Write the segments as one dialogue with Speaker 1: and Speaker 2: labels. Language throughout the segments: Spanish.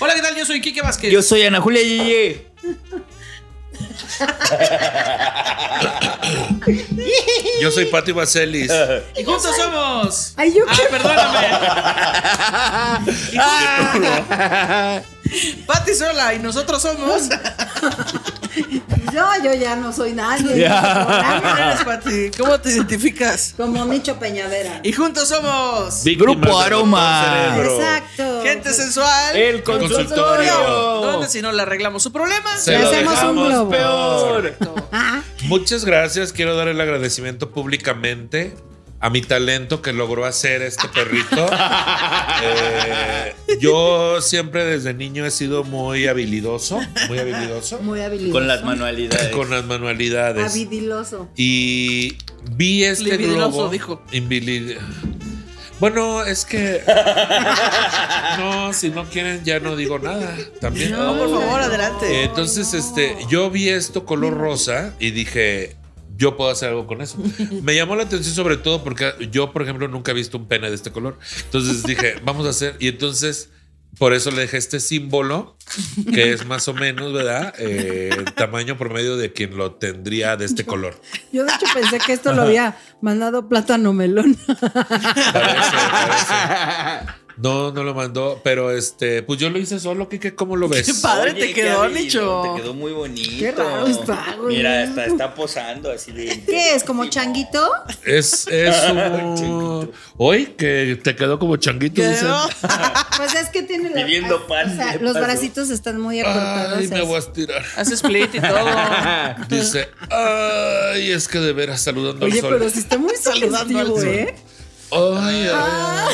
Speaker 1: Hola, ¿qué tal? Yo soy Kike Vázquez.
Speaker 2: Yo soy Ana Julia Yeye.
Speaker 3: Yo soy Pati Vaselis.
Speaker 1: y juntos somos.
Speaker 4: Ay, yo
Speaker 1: ah, perdóname. Pati sola y nosotros somos.
Speaker 4: Yo, yo ya no soy nadie. este
Speaker 1: ¿Quién eres, Pati? ¿Cómo te identificas?
Speaker 4: Como Nicho Peñavera.
Speaker 1: Y juntos somos.
Speaker 2: Grupo
Speaker 3: Víctimas del
Speaker 2: Aroma.
Speaker 3: doctor Cerebro.
Speaker 4: Exacto.
Speaker 1: Gente sensual.
Speaker 2: El
Speaker 3: consultorio.
Speaker 1: ¿Dónde si no le arreglamos su problema?
Speaker 3: Se
Speaker 4: Le
Speaker 3: lo
Speaker 4: hacemos un
Speaker 3: dejamos
Speaker 4: globo.
Speaker 2: Peor.
Speaker 4: Ah,
Speaker 3: Muchas gracias. Quiero dar el agradecimiento públicamente a mi talento que logró hacer este perrito. Eh, yo siempre desde niño he sido muy habilidoso, muy habilidoso
Speaker 4: muy habilidoso.
Speaker 2: Con las manualidades.
Speaker 3: con las manualidades.
Speaker 4: Habidiloso.
Speaker 3: Y vi este
Speaker 1: Libidiloso,
Speaker 3: globo.
Speaker 1: dijo.
Speaker 3: Invili- Bueno, es que. no, si no quieren, ya no digo nada. También.
Speaker 1: No, por favor, adelante.
Speaker 3: Eh, Entonces, este, yo vi esto color rosa y dije, yo puedo hacer algo con eso. Me llamó la atención sobre todo porque yo, por ejemplo, nunca he visto un pene de este color. Entonces dije, vamos a hacer. Y entonces, por eso le dejé este símbolo, que es más o menos, ¿verdad? Eh, el tamaño promedio de quien lo tendría de este color.
Speaker 4: Yo de hecho pensé que esto lo había mandado plátano melón.
Speaker 3: Parece, parece. No, no lo mandó, pero este, pues yo lo hice solo, Kike, ¿cómo lo ves?
Speaker 1: Qué padre
Speaker 2: Oye,
Speaker 1: te
Speaker 2: qué
Speaker 1: quedó,
Speaker 2: habido,
Speaker 1: Nicho.
Speaker 2: Te quedó muy bonito.
Speaker 4: Qué raro está, güey.
Speaker 2: Mira, está, está posando así de.
Speaker 4: ¿Qué es? ¿Como changuito?
Speaker 3: Es, es un... Hoy que te quedó como changuito, dicen.
Speaker 1: Quedó.
Speaker 4: Pues es que tiene la-
Speaker 2: Viviendo pan,
Speaker 4: o sea,
Speaker 2: de
Speaker 4: los
Speaker 2: paso.
Speaker 4: bracitos están muy acortados.
Speaker 3: Ay, me voy a estirar.
Speaker 1: Hace split y todo.
Speaker 3: Dice, ay, es que de veras saludando
Speaker 4: Oye,
Speaker 3: al sol.
Speaker 4: pero si está muy
Speaker 1: Saludando al
Speaker 4: sugestivo,
Speaker 1: sol.
Speaker 4: ¿eh?
Speaker 3: Ay, ay.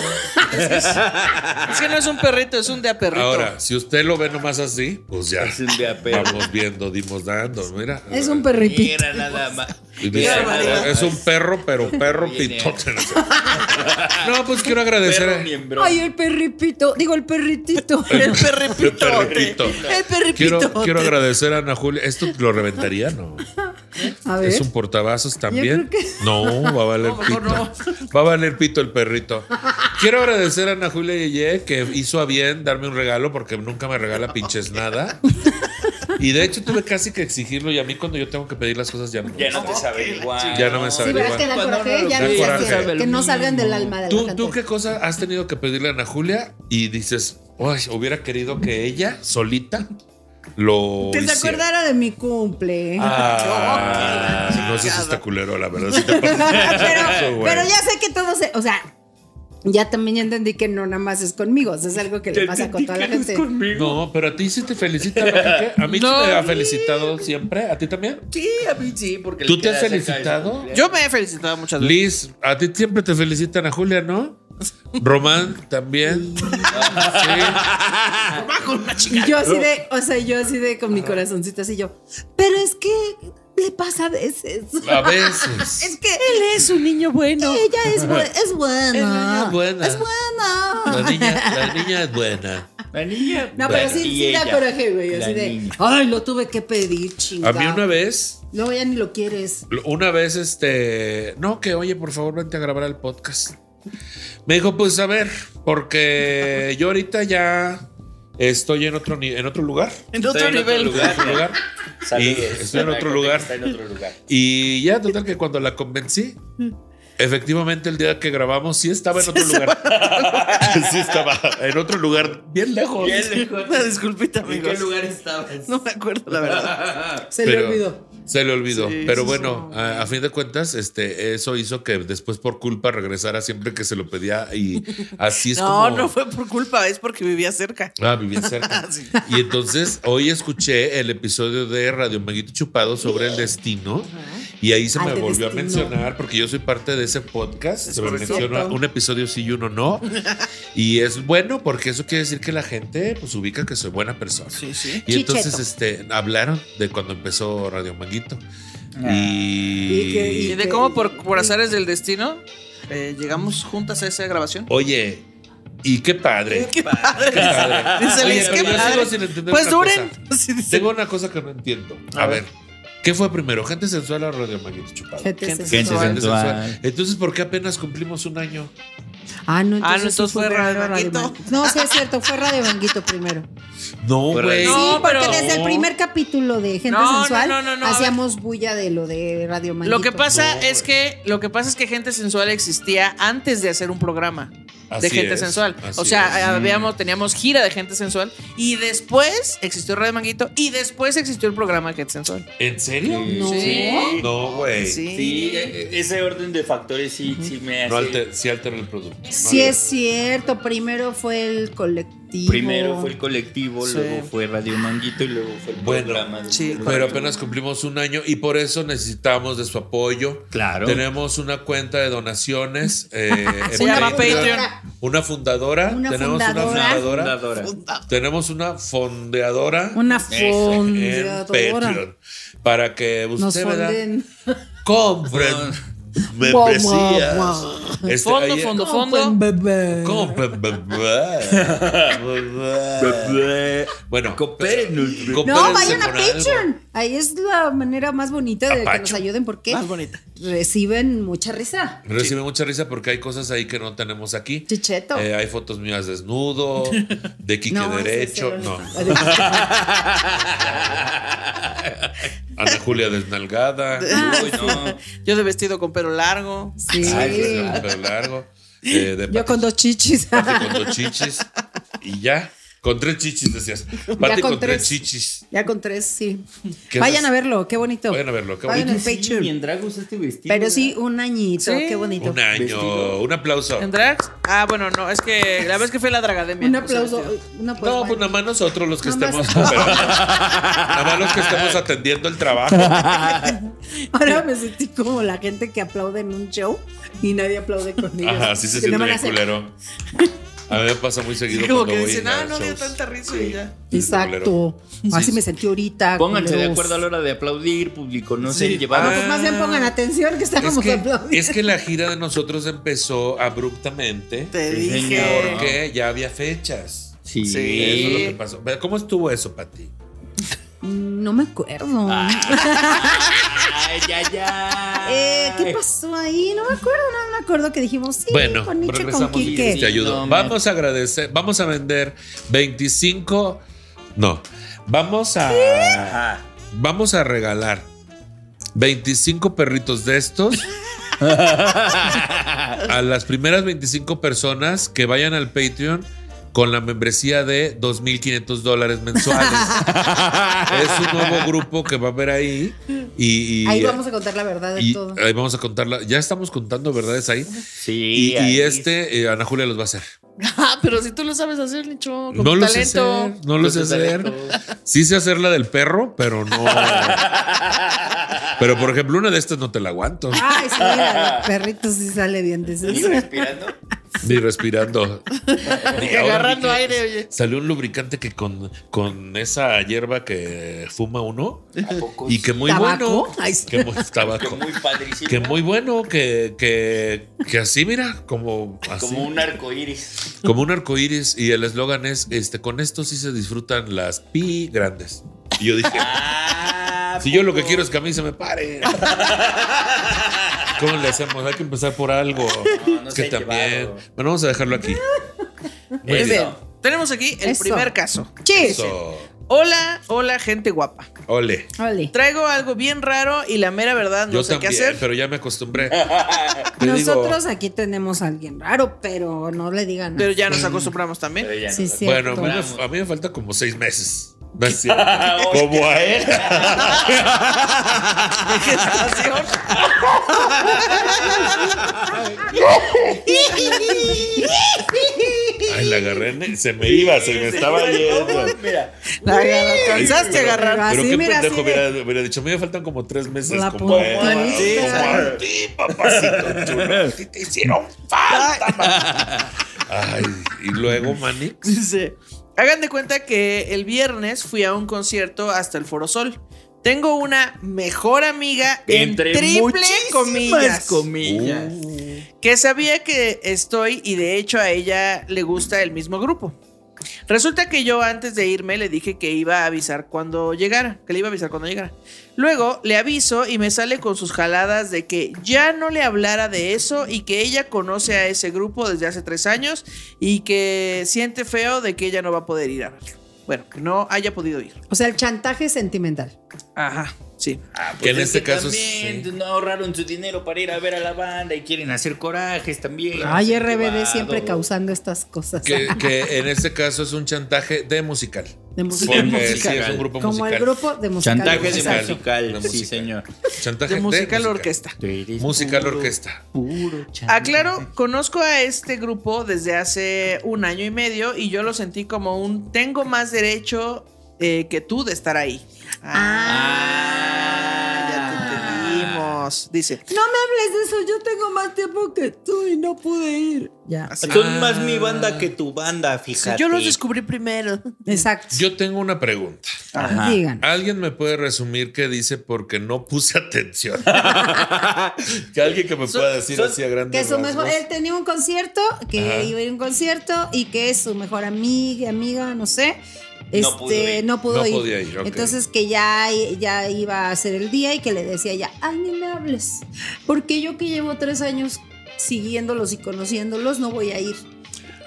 Speaker 1: Es que no es un perrito, es un de a perrito.
Speaker 3: Ahora, si usted lo ve nomás así, pues ya.
Speaker 2: Es un de a perro.
Speaker 3: Vamos viendo, dimos dando, mira.
Speaker 4: Es un perripito.
Speaker 2: Mira nada más.
Speaker 3: Y dice,
Speaker 2: Mira nada
Speaker 3: es un
Speaker 2: más.
Speaker 3: perro, pero perro
Speaker 2: Viene.
Speaker 3: pitote. No, pues quiero agradecer
Speaker 2: Perro
Speaker 3: a-
Speaker 2: miembro.
Speaker 4: Ay, el perripito. Digo, el perritito.
Speaker 1: El perripito.
Speaker 3: El perripito.
Speaker 1: El perripito.
Speaker 3: Quiero, quiero agradecer a Ana Julia. Esto lo reventaría, ¿no?
Speaker 4: A ver.
Speaker 3: Es un portavasos también.
Speaker 4: creo que-
Speaker 3: No, va a valer
Speaker 1: No,
Speaker 3: pito.
Speaker 1: mejor
Speaker 3: Va a valer pito el perrito. Quiero agradecer a Ana Julia Yeye que hizo a bien darme un regalo porque nunca me regala pinches nada. Y de hecho tuve casi que exigirlo y a mí cuando yo tengo que pedir las cosas ya no.
Speaker 2: Ya no te sabe igual.
Speaker 3: Ya no me sabe
Speaker 4: Sí, ¿verdad? Que da
Speaker 2: Cuando
Speaker 4: coraje,
Speaker 2: no
Speaker 4: ya
Speaker 3: lo
Speaker 4: no
Speaker 3: ves.
Speaker 4: se
Speaker 3: Da
Speaker 4: hace.
Speaker 3: coraje.
Speaker 4: Que no salgan del alma de la
Speaker 3: ¿Tú,
Speaker 4: gente.
Speaker 3: ¿Tú qué cosa has tenido que pedirle a Ana Julia y dices, "Ay, hubiera querido que ella solita lo
Speaker 4: Que se
Speaker 3: hiciera"?
Speaker 4: acordara de mi cumple.
Speaker 3: Ah, no sé si está culero, la verdad. sí te pasa. Eso,
Speaker 4: pero,
Speaker 3: güey.
Speaker 4: pero ya sé que todo se. O sea, ya también ya entendí que no nada más es conmigo. o sea, es algo que le pasa con toda la gente.
Speaker 3: No, pero a ti sí te felicita. ¿no, Quique? A mí
Speaker 1: No.
Speaker 3: sí me ha felicitado siempre. ¿A ti también?
Speaker 2: Sí, a mí sí, porque
Speaker 3: ¿Tú
Speaker 2: le
Speaker 3: te
Speaker 2: queda
Speaker 3: has
Speaker 2: cerca de su
Speaker 3: felicitado?
Speaker 2: cumpleaños.
Speaker 1: Yo me he felicitado muchas veces.
Speaker 3: Liz, a ti siempre te felicitan a Julia, ¿no? Román también. Sí.
Speaker 4: Y yo así de. O sea, yo así de con mi corazoncito así yo. Pero es que le pasa a veces.
Speaker 3: A veces.
Speaker 4: Es que él es un niño bueno. Ella es, bu- es buena.
Speaker 3: Es buena.
Speaker 4: Es buena.
Speaker 3: La niña, la niña es buena.
Speaker 2: La niña.
Speaker 4: No,
Speaker 3: Bueno,
Speaker 4: pero sí,
Speaker 2: y
Speaker 4: sí da
Speaker 2: ella,
Speaker 4: coraje, güey.
Speaker 2: la
Speaker 4: Así de.
Speaker 2: niña.
Speaker 4: Ay, lo tuve que pedir,
Speaker 3: A
Speaker 4: chingada.
Speaker 3: mí una vez,
Speaker 4: Luego ya ni lo quieres.
Speaker 3: una vez, este, no, que oye, por favor, vente a grabar el podcast. Me dijo, pues a ver, porque yo ahorita ya estoy en otro, ni- en otro lugar.
Speaker 1: En otro
Speaker 2: Estoy en otro
Speaker 1: nivel.
Speaker 2: lugar.
Speaker 3: En otro lugar.
Speaker 2: Saludos.
Speaker 3: Y estoy en
Speaker 2: Ana
Speaker 3: otro
Speaker 2: Julia
Speaker 3: lugar.
Speaker 2: Está en otro lugar.
Speaker 3: Y ya, total que cuando la convencí, efectivamente el día que grabamos sí estaba en otro lugar. sí estaba en otro lugar bien lejos.
Speaker 2: Bien lejos.
Speaker 1: Una disculpita,
Speaker 2: ¿En qué
Speaker 1: amigos.
Speaker 2: lugar estabas?
Speaker 3: Ah,
Speaker 1: No me acuerdo, la verdad.
Speaker 4: Se
Speaker 3: Pero-
Speaker 4: le olvidó.
Speaker 3: Se le olvidó.
Speaker 1: Sí,
Speaker 3: Pero
Speaker 1: sí,
Speaker 3: bueno, a, a fin de cuentas, este, eso hizo que después por culpa regresara siempre que se lo pedía y así es
Speaker 1: no,
Speaker 3: como...
Speaker 1: no fue por culpa, es porque vivía cerca.
Speaker 3: Ah, vivía cerca.
Speaker 1: Sí.
Speaker 3: Y entonces hoy escuché el episodio de Radio Manguito Chupado sobre el destino y ahí se
Speaker 4: Al
Speaker 3: me
Speaker 4: de
Speaker 3: volvió a
Speaker 4: destino.
Speaker 3: mencionar porque yo soy parte de ese podcast. se me
Speaker 1: correcto.
Speaker 3: menciona
Speaker 4: Cierto.
Speaker 3: un episodio sí y uno no. Y es bueno porque eso quiere decir que la gente pues ubica que soy buena persona.
Speaker 1: Sí, sí.
Speaker 3: Y
Speaker 4: Chicheto.
Speaker 3: entonces este, hablaron de cuando empezó Radio Manguito.
Speaker 2: Ah.
Speaker 3: Y,
Speaker 4: Y que-
Speaker 1: Y de cómo por, por azares del destino eh, llegamos juntas a esa grabación.
Speaker 3: Oye, y qué padre.
Speaker 1: Qué padre.
Speaker 3: Qué padre.
Speaker 1: Dice
Speaker 3: Oye,
Speaker 1: Liz,
Speaker 3: pero
Speaker 1: qué
Speaker 3: yo sigo
Speaker 1: padre.
Speaker 3: sin entender
Speaker 1: Pues
Speaker 3: otra
Speaker 1: duren.
Speaker 3: cosa.
Speaker 1: Sí, dice.
Speaker 3: Tengo una cosa que no entiendo. A,
Speaker 2: A
Speaker 3: ver.
Speaker 2: ver.
Speaker 3: ¿qué fue primero? ¿Gente sensual o Radio Manguito Chupado?
Speaker 4: Gente
Speaker 1: Gente
Speaker 4: sensual.
Speaker 2: sensual.
Speaker 3: Gente
Speaker 2: sensual.
Speaker 3: Entonces, ¿por qué apenas cumplimos un año?
Speaker 4: Ah, no,
Speaker 1: Ah, no,
Speaker 4: entonces, sí
Speaker 1: entonces fue
Speaker 4: primero
Speaker 1: Radio Manguito.
Speaker 4: Manguito. No, sí es cierto, fue Radio Manguito primero.
Speaker 3: No,
Speaker 2: Pero-
Speaker 3: güey.
Speaker 1: No,
Speaker 4: sí, porque
Speaker 1: pero-
Speaker 4: desde el primer capítulo de Gente
Speaker 1: No, no,
Speaker 4: Sensual
Speaker 1: no, no, no, a
Speaker 4: hacíamos bulla de lo de Radio Manguito.
Speaker 1: Lo que pasa
Speaker 3: No,
Speaker 1: es que lo que pasa es que gente sensual existía antes de hacer un programa
Speaker 3: Así
Speaker 1: de gente
Speaker 3: es,
Speaker 1: sensual.
Speaker 3: así
Speaker 1: O sea,
Speaker 3: es. Mm.
Speaker 1: habíamos teníamos gira de gente sensual y después existió Radio Manguito y después existió el programa de gente sensual.
Speaker 3: ¿En serio?
Speaker 2: Sí.
Speaker 4: No.
Speaker 1: eh, Sí.
Speaker 3: No, güey.
Speaker 1: Sí.
Speaker 2: Sí, e- e- ese orden de factores sí, sí me hace.
Speaker 3: No alter- sí altera el producto. No
Speaker 4: Sí
Speaker 3: altera.
Speaker 4: es cierto, primero fue el colectivo.
Speaker 2: Primero fue el colectivo,
Speaker 1: Sí.
Speaker 2: luego fue Radio Manguito y luego fue el
Speaker 3: Bueno,
Speaker 2: programa. de-
Speaker 1: sí,
Speaker 3: Pero apenas cumplimos un año y por eso necesitamos de su apoyo.
Speaker 2: Claro.
Speaker 3: Tenemos una cuenta de donaciones. eh, en
Speaker 1: Se llama
Speaker 4: Patreon.
Speaker 3: Una fundadora.
Speaker 4: Una
Speaker 3: Tenemos una
Speaker 4: fundadora.
Speaker 3: fundadora.
Speaker 2: Fundadora.
Speaker 3: Tenemos una fondeadora.
Speaker 4: Una
Speaker 3: en
Speaker 4: fundadora.
Speaker 3: Patreon para que
Speaker 4: Mm, Nos
Speaker 3: usted ¿verdad?
Speaker 4: funden.
Speaker 3: compren
Speaker 4: Guau,
Speaker 3: membresías.
Speaker 4: guau.
Speaker 3: Este,
Speaker 1: Fondo,
Speaker 3: ayer-
Speaker 1: fondo,
Speaker 4: Compren,
Speaker 1: fondo.
Speaker 4: pues, bebé.
Speaker 3: Compren, bla, bla, bla, bla. Bueno,
Speaker 2: Coopérenos,
Speaker 3: co-
Speaker 4: No,
Speaker 3: Compérense
Speaker 4: vayan a
Speaker 3: por algo.
Speaker 4: Patreon. Ahí es la manera más bonita de que
Speaker 3: Apacho.
Speaker 4: nos ayuden porque
Speaker 1: Más bonita.
Speaker 4: reciben mucha risa.
Speaker 3: Recibe mucha risa porque hay cosas ahí que no tenemos aquí.
Speaker 4: Chicheto.
Speaker 3: Eh, hay fotos mías desnudo, de Quique
Speaker 4: No, ese
Speaker 3: Derecho.
Speaker 4: es el
Speaker 3: No.
Speaker 4: único.
Speaker 3: Ana Julia desnalgada.
Speaker 2: Uy, no.
Speaker 1: Yo de vestido con pelo largo.
Speaker 4: Sí.
Speaker 3: Ay, pues, de pelo largo. eh, de
Speaker 4: Yo con dos chichis.
Speaker 3: Pati con dos chichis. Y ya. Con tres chichis, decías. Pati con,
Speaker 4: con
Speaker 3: tres
Speaker 4: tres.
Speaker 3: chichis.
Speaker 4: Ya con tres, sí.
Speaker 3: ¿Qué
Speaker 4: Vayan
Speaker 3: más?
Speaker 4: a verlo, qué bonito.
Speaker 3: Vayan a verlo, qué
Speaker 4: Vayan
Speaker 3: bonito.
Speaker 4: al Patreon.
Speaker 2: Sí, en drag usaste vestido.
Speaker 4: Pero sí, un añito,
Speaker 1: Sí.
Speaker 4: qué bonito.
Speaker 3: Un año.
Speaker 2: Vestido.
Speaker 3: Un aplauso.
Speaker 1: ¿En drags? Ah, bueno, no, es que la vez que fui a la dragademia.
Speaker 4: Un
Speaker 1: no usé
Speaker 4: aplauso.
Speaker 1: vestido.
Speaker 4: No, pues,
Speaker 3: No,
Speaker 4: bueno.
Speaker 3: pues nada más nosotros los que
Speaker 4: Nada
Speaker 3: estemos
Speaker 4: más.
Speaker 3: operando. Nada más los que estemos atendiendo el trabajo.
Speaker 4: Ahora me sentí como la gente que aplaude en un show y nadie aplaude conmigo.
Speaker 3: Ajá, sí se
Speaker 4: Que nada
Speaker 3: siente
Speaker 4: más
Speaker 3: bien
Speaker 4: hace-
Speaker 3: culero. A mí me pasa muy seguido
Speaker 1: Sí, como
Speaker 3: cuando
Speaker 1: que
Speaker 3: voy
Speaker 1: dicen,
Speaker 3: a
Speaker 1: ah, no dio
Speaker 3: shows".
Speaker 1: tanta risa y ya.
Speaker 4: Exacto. Así
Speaker 3: Sí.
Speaker 4: me sentí ahorita.
Speaker 2: Pónganse de
Speaker 4: culeros.
Speaker 2: acuerdo a la hora de aplaudir, público. No sé,
Speaker 4: Ah, no,
Speaker 2: llevar.
Speaker 4: pues más bien pongan atención que
Speaker 3: Es
Speaker 4: estábamos
Speaker 3: que,
Speaker 4: aplaudiendo.
Speaker 3: es que la gira de nosotros empezó abruptamente
Speaker 1: Te
Speaker 2: Sí,
Speaker 1: dije.
Speaker 2: señor.
Speaker 3: porque ya había fechas.
Speaker 2: Sí.
Speaker 1: Sí.
Speaker 3: Eso es lo que pasó. Pero, ¿Cómo estuvo eso, Pati?
Speaker 4: Mm, No me acuerdo.
Speaker 3: Ah,
Speaker 2: Ay, ya, ya.
Speaker 4: Eh, ¿Qué pasó ahí? No me acuerdo, no me acuerdo que dijimos sí,
Speaker 3: Ah. Bueno,
Speaker 4: Este, con Nietzsche, con
Speaker 3: regresamos y este,
Speaker 4: Quique.
Speaker 3: te ayudo.
Speaker 2: No,
Speaker 3: vamos a agradecer, vamos a vender 25. No, vamos a.
Speaker 2: Ajá.
Speaker 3: Vamos a regalar 25 perritos de estos. a las primeras 25 personas que vayan al Patreon con la membresía de 2.500 dólares mensuales. es un nuevo grupo que va a haber ahí. Y, y-
Speaker 4: Ahí vamos a contar la verdad de
Speaker 3: y eh,
Speaker 4: todo.
Speaker 3: ahí vamos a contarla. Ya estamos contando verdades ahí.
Speaker 2: Sí.
Speaker 3: Y, y
Speaker 2: ahí
Speaker 3: este, eh, Ana Julia los va a hacer.
Speaker 1: Ah, pero si tú lo sabes hacer, Nicho, con
Speaker 3: no
Speaker 1: tu
Speaker 3: lo sé
Speaker 1: talento.
Speaker 3: hacer, no lo sé
Speaker 2: Con tu
Speaker 3: hacer.
Speaker 2: talento.
Speaker 3: Sí sé hacer la del perro, pero no. pero por ejemplo, una de estas no te la aguanto.
Speaker 4: Ay, sí, mira, el perrito sí sale bien de
Speaker 2: ¿Y
Speaker 4: eso.
Speaker 2: respirando?
Speaker 3: Ni respirando. Ni
Speaker 1: Y agarrando aire, oye.
Speaker 3: Salió un lubricante que con, con esa hierba que fuma uno
Speaker 2: ¿A poco?
Speaker 3: y que muy
Speaker 4: ¿Tabaco?
Speaker 3: bueno.
Speaker 4: Ay, sí.
Speaker 3: Que muy, tabaco.
Speaker 2: muy padrísimo.
Speaker 3: Que muy bueno, que, que, que así, mira, como así.
Speaker 2: Como un arco iris.
Speaker 3: Como un arco iris y el eslogan es este con esto sí se disfrutan las pi grandes. Y yo dije,
Speaker 2: Ah,
Speaker 3: si yo lo que quiero es que a mí se me pare. ¿Cómo le hacemos? Hay que empezar por algo.
Speaker 2: No, no
Speaker 3: es que
Speaker 2: se ha
Speaker 3: también.
Speaker 2: llevado.
Speaker 3: Bueno, vamos a dejarlo aquí. Muy
Speaker 1: Muy
Speaker 3: bien.
Speaker 1: bien. Tenemos aquí el
Speaker 4: Eso.
Speaker 1: primer caso.
Speaker 4: Cheers.
Speaker 3: Eso.
Speaker 1: Hola, hola, gente guapa.
Speaker 3: Ole.
Speaker 4: Ole.
Speaker 1: Traigo algo bien raro y la mera verdad no
Speaker 3: Yo
Speaker 1: sé qué
Speaker 3: también,
Speaker 1: hacer.
Speaker 3: pero ya me acostumbré. Te digo,
Speaker 4: Nosotros aquí tenemos a alguien raro, pero no le digan.
Speaker 1: Pero ya nos acostumbramos también.
Speaker 2: Pero ya no
Speaker 4: Sí,
Speaker 2: sé.
Speaker 4: sí.
Speaker 3: bueno, a
Speaker 4: cierto.
Speaker 3: mí, me, a mí me falta como seis meses. No es cierto. eh? Como a él.
Speaker 1: Gestación.
Speaker 3: Ay, la agarré. ne- Se me iba, se me estaba yendo.
Speaker 2: pues, Mira,
Speaker 5: La alcanzaste a agarrar.
Speaker 3: Pero
Speaker 5: Así,
Speaker 3: qué
Speaker 5: mira,
Speaker 3: pendejo
Speaker 5: así de-
Speaker 3: hubiera, hubiera dicho. Me faltan como tres meses.
Speaker 5: La
Speaker 3: Pues como a él.
Speaker 5: pomponita.
Speaker 3: Sí, como a ti, papacito chulo. A ti te hicieron falta. papá. Ay, y luego, Manix.
Speaker 1: Dice, hagan de cuenta que el viernes fui a un concierto hasta el Foro Sol. Tengo una mejor amiga
Speaker 2: entre
Speaker 1: en triple
Speaker 2: muchísimas
Speaker 1: comillas,
Speaker 2: comillas.
Speaker 3: Uh,
Speaker 1: que sabía que estoy y de hecho a ella le gusta el mismo grupo. Resulta que yo antes de irme le dije que iba a avisar cuando llegara, que le iba a avisar cuando llegara. Luego le aviso y me sale con sus jaladas de que ya no le hablara de eso y que ella conoce a ese grupo desde hace tres años y que siente feo de que ella no va a poder ir a verlo. Bueno, que no haya podido ir.
Speaker 5: O sea, el chantaje sentimental.
Speaker 1: Ajá, sí.
Speaker 2: Ah, pues
Speaker 3: Que en
Speaker 2: es
Speaker 3: este caso es-
Speaker 2: también
Speaker 3: sí.
Speaker 2: no ahorraron su dinero para ir a ver a la banda y quieren hacer corajes también.
Speaker 5: Ay,
Speaker 2: Incentivado.
Speaker 5: RBD siempre causando estas cosas.
Speaker 3: Que, que en este caso es un chantaje de musical.
Speaker 5: De música.
Speaker 3: Porque
Speaker 2: musical.
Speaker 3: sí es un grupo
Speaker 5: Como
Speaker 3: musical.
Speaker 5: el grupo de musical.
Speaker 2: Chantaje de
Speaker 5: Exacto.
Speaker 2: musical.
Speaker 3: De
Speaker 2: sí, señor.
Speaker 3: Chantaje
Speaker 1: De musical orquesta.
Speaker 3: Musical orquesta.
Speaker 2: Puro chantaje.
Speaker 1: Aclaro, conozco a este grupo desde hace un año y medio y yo lo sentí como un tengo más derecho eh, que tú de estar ahí. Ah, ya te entendimos. Dice.
Speaker 5: No me hables de eso, yo tengo más tiempo que tú y no pude ir. Ya.
Speaker 1: así.
Speaker 2: Son más mi banda que tu banda, fíjate.
Speaker 1: Yo los descubrí primero.
Speaker 5: Exacto.
Speaker 3: Yo tengo una pregunta.
Speaker 2: Ajá.
Speaker 5: Digan.
Speaker 3: ¿Alguien me puede resumir qué dice porque no puse atención? que alguien que me pueda decir
Speaker 2: son-
Speaker 3: así a grandes
Speaker 4: Que su mejor,
Speaker 3: rasgos.
Speaker 4: él tenía un concierto, que
Speaker 3: Ajá.
Speaker 4: iba a ir a un concierto y que su mejor amiga, amiga, no sé, este, no
Speaker 2: pudo
Speaker 4: pudo
Speaker 2: ir.
Speaker 4: ir.
Speaker 3: No podía ir, ok.
Speaker 4: Entonces que ya, ya iba a ser el día y que le decía ya, ay, ni me hables, porque yo que llevo tres años siguiéndolos y conociéndolos, no voy a ir.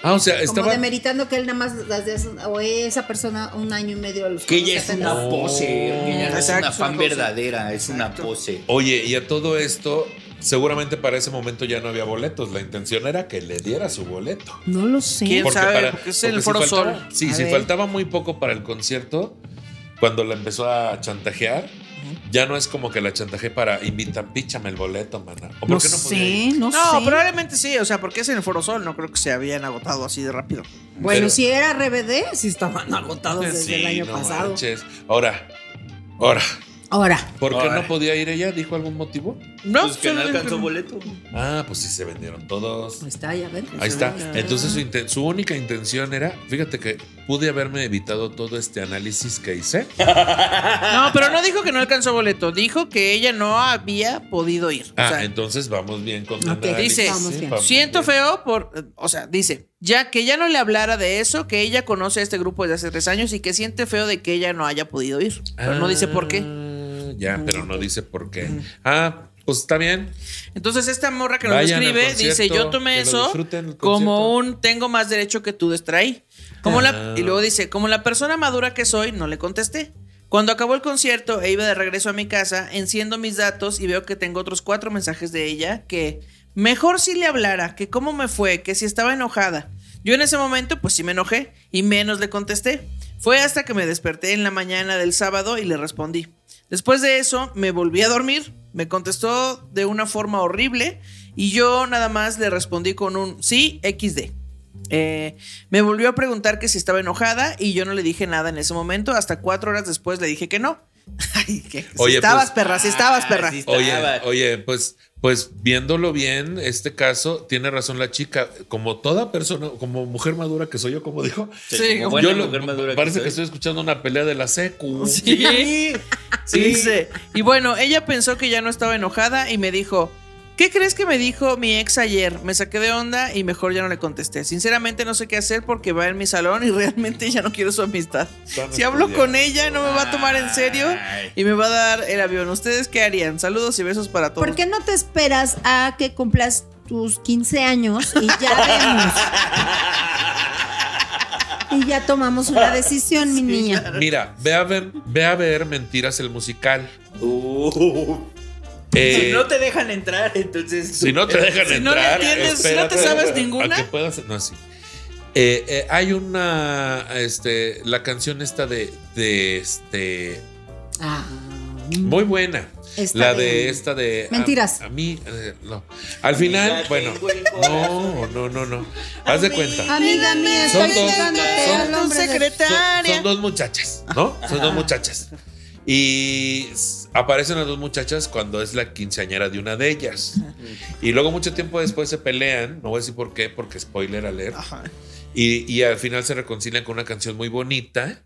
Speaker 3: Ah, o sea,
Speaker 4: Como
Speaker 3: estaba...
Speaker 4: demeritando que él nada más, las de esas- o esa persona un año y medio los
Speaker 2: Que ella es
Speaker 4: conoce
Speaker 2: una
Speaker 3: Oh.
Speaker 4: apenas.
Speaker 2: pose, que ella no es
Speaker 1: Exacto,
Speaker 2: una
Speaker 1: es una
Speaker 2: fan
Speaker 1: pose.
Speaker 2: verdadera, es una pose.
Speaker 3: Oye, y a todo esto, seguramente para ese momento ya no había boletos. La intención era que le diera su boleto.
Speaker 5: No lo sé.
Speaker 1: ¿Quién sabe?
Speaker 3: para-
Speaker 1: Porque es el
Speaker 3: si
Speaker 1: Foro
Speaker 3: faltaba-
Speaker 1: Sol.
Speaker 3: Sí,
Speaker 5: A
Speaker 3: si
Speaker 5: ver.
Speaker 3: faltaba muy poco para el concierto, cuando la empezó a chantajear, ya no es como que la chantaje para invitan, píchame el boleto, mana. ¿O por
Speaker 5: No
Speaker 3: qué no podía
Speaker 5: sé,
Speaker 3: ir?
Speaker 5: no sé.
Speaker 1: No, probablemente sí, o sea, porque es en el Foro Sol, no creo que se habían agotado así de rápido.
Speaker 4: Bueno,
Speaker 3: Pero-
Speaker 4: si era RBD,
Speaker 5: Sí estaban agotados desde
Speaker 3: Sí,
Speaker 5: el año
Speaker 3: no
Speaker 5: pasado.
Speaker 3: manches. Ahora, ahora,
Speaker 5: Ahora,
Speaker 3: ¿por qué
Speaker 2: Ahora.
Speaker 3: no podía ir ella? ¿Dijo algún motivo?
Speaker 1: No,
Speaker 2: Pues que no
Speaker 1: solamente-
Speaker 2: alcanzó boleto.
Speaker 3: Ah, pues sí, se vendieron todos.
Speaker 5: pues está, ya ven.
Speaker 3: Ahí está. Entonces su, inten- su única intención era, fíjate que pude haberme evitado todo este análisis que hice.
Speaker 1: no, pero no dijo que no alcanzó boleto, dijo que ella no había podido ir. O
Speaker 3: Ah,
Speaker 1: sea,
Speaker 3: entonces vamos bien con el
Speaker 5: Ok,
Speaker 3: análisis,
Speaker 1: dice,
Speaker 3: sí,
Speaker 5: bien.
Speaker 3: vamos
Speaker 1: Siento
Speaker 3: bien.
Speaker 1: feo por, o sea, dice, ya que ya no le hablara de eso, que ella conoce a este grupo desde hace tres años y que siente feo de que ella no haya podido ir. Pero no dice por qué.
Speaker 3: Ah, Ya, pero no dice por qué. Ah, pues está bien.
Speaker 1: Entonces esta morra que nos
Speaker 3: Vayan al
Speaker 1: escribe
Speaker 3: concierto,
Speaker 1: dice, yo tomé
Speaker 3: que lo
Speaker 1: eso
Speaker 3: disfruten el
Speaker 1: como
Speaker 3: concierto".
Speaker 1: un tengo más derecho que tú de estar ahí. Como la, y luego dice, como la persona madura que soy, no le contesté. Cuando acabó el concierto e iba de regreso a mi casa, enciendo mis datos y veo que tengo otros cuatro mensajes de ella que mejor si le hablara, que cómo me fue, que si estaba enojada. Yo en ese momento pues sí me enojé y menos le contesté. Fue hasta que me desperté en la mañana del sábado y le respondí. Después de eso me volví a dormir, me contestó de una forma horrible y yo nada más le respondí con un sí XD. Eh, me volvió a preguntar que si estaba enojada y yo no le dije nada en ese momento. Hasta cuatro horas después le dije que no. Ay, que si
Speaker 3: Oye,
Speaker 1: estabas
Speaker 3: pues-
Speaker 1: perra, si estabas
Speaker 2: Ah,
Speaker 1: perra.
Speaker 2: sí.
Speaker 3: Oye,
Speaker 2: Estaba.
Speaker 3: oye, pues, pues viéndolo bien, este caso tiene razón la chica. Como toda persona, como mujer madura que soy yo, como dijo.
Speaker 1: Sí,
Speaker 2: como
Speaker 1: como-
Speaker 2: buena
Speaker 3: yo lo-
Speaker 2: mujer madura que
Speaker 3: parece que,
Speaker 2: soy.
Speaker 3: estoy escuchando una pelea de la secu.
Speaker 1: Sí. Dice, Y bueno, ella pensó que ya no estaba enojada y me dijo, ¿qué crees que me dijo mi ex ayer? Me saqué de onda y mejor ya no le contesté. Sinceramente no sé qué hacer porque va en mi salón y realmente ya no quiero su amistad.
Speaker 3: Vamos
Speaker 1: Si hablo
Speaker 3: estudiando.
Speaker 1: con ella no me va a tomar en serio
Speaker 2: Ay.
Speaker 1: y me va a dar el avión. ¿Ustedes qué harían? Saludos y besos para todos.
Speaker 4: ¿Por qué no te esperas a que cumplas tus 15 años y ya vemos? y ya tomamos una decisión, mi niña.
Speaker 3: Mira, ve a ver, ve a ver Mentiras el musical.
Speaker 2: Uh,
Speaker 3: Eh,
Speaker 2: si no te dejan entrar, entonces.
Speaker 3: Si no te dejan
Speaker 1: eh, Si no le
Speaker 3: entrar,
Speaker 1: entiendes, si no te
Speaker 3: espérate
Speaker 1: sabes
Speaker 3: a- a
Speaker 1: ninguna.
Speaker 3: que puedas- no, sí. Eh, eh, hay una, este, la canción esta de, de este,
Speaker 4: Ah,
Speaker 3: muy buena.
Speaker 4: Esta
Speaker 3: la de,
Speaker 4: de-
Speaker 3: esta de. a-
Speaker 4: Mentiras.
Speaker 3: A, mí, eh, no. Al final,
Speaker 2: Ya
Speaker 3: bueno.
Speaker 2: tengo el
Speaker 3: No,
Speaker 2: corazón.
Speaker 3: no, no, no. Haz de cuenta.
Speaker 4: amiga mía,
Speaker 3: Son
Speaker 4: estoy
Speaker 3: dos-
Speaker 4: llegándote
Speaker 3: son
Speaker 4: al
Speaker 1: tu
Speaker 4: hombre
Speaker 3: Son,
Speaker 4: de-
Speaker 1: secretaria.
Speaker 3: son dos muchachas, ¿no? Son dos muchachas. Y s- aparecen las dos muchachas cuando es la quinceañera de una de ellas. Y luego mucho tiempo después se pelean, no voy a decir por qué, porque spoiler alert.
Speaker 1: Ajá.
Speaker 3: Y, y al final se reconcilian con una canción muy bonita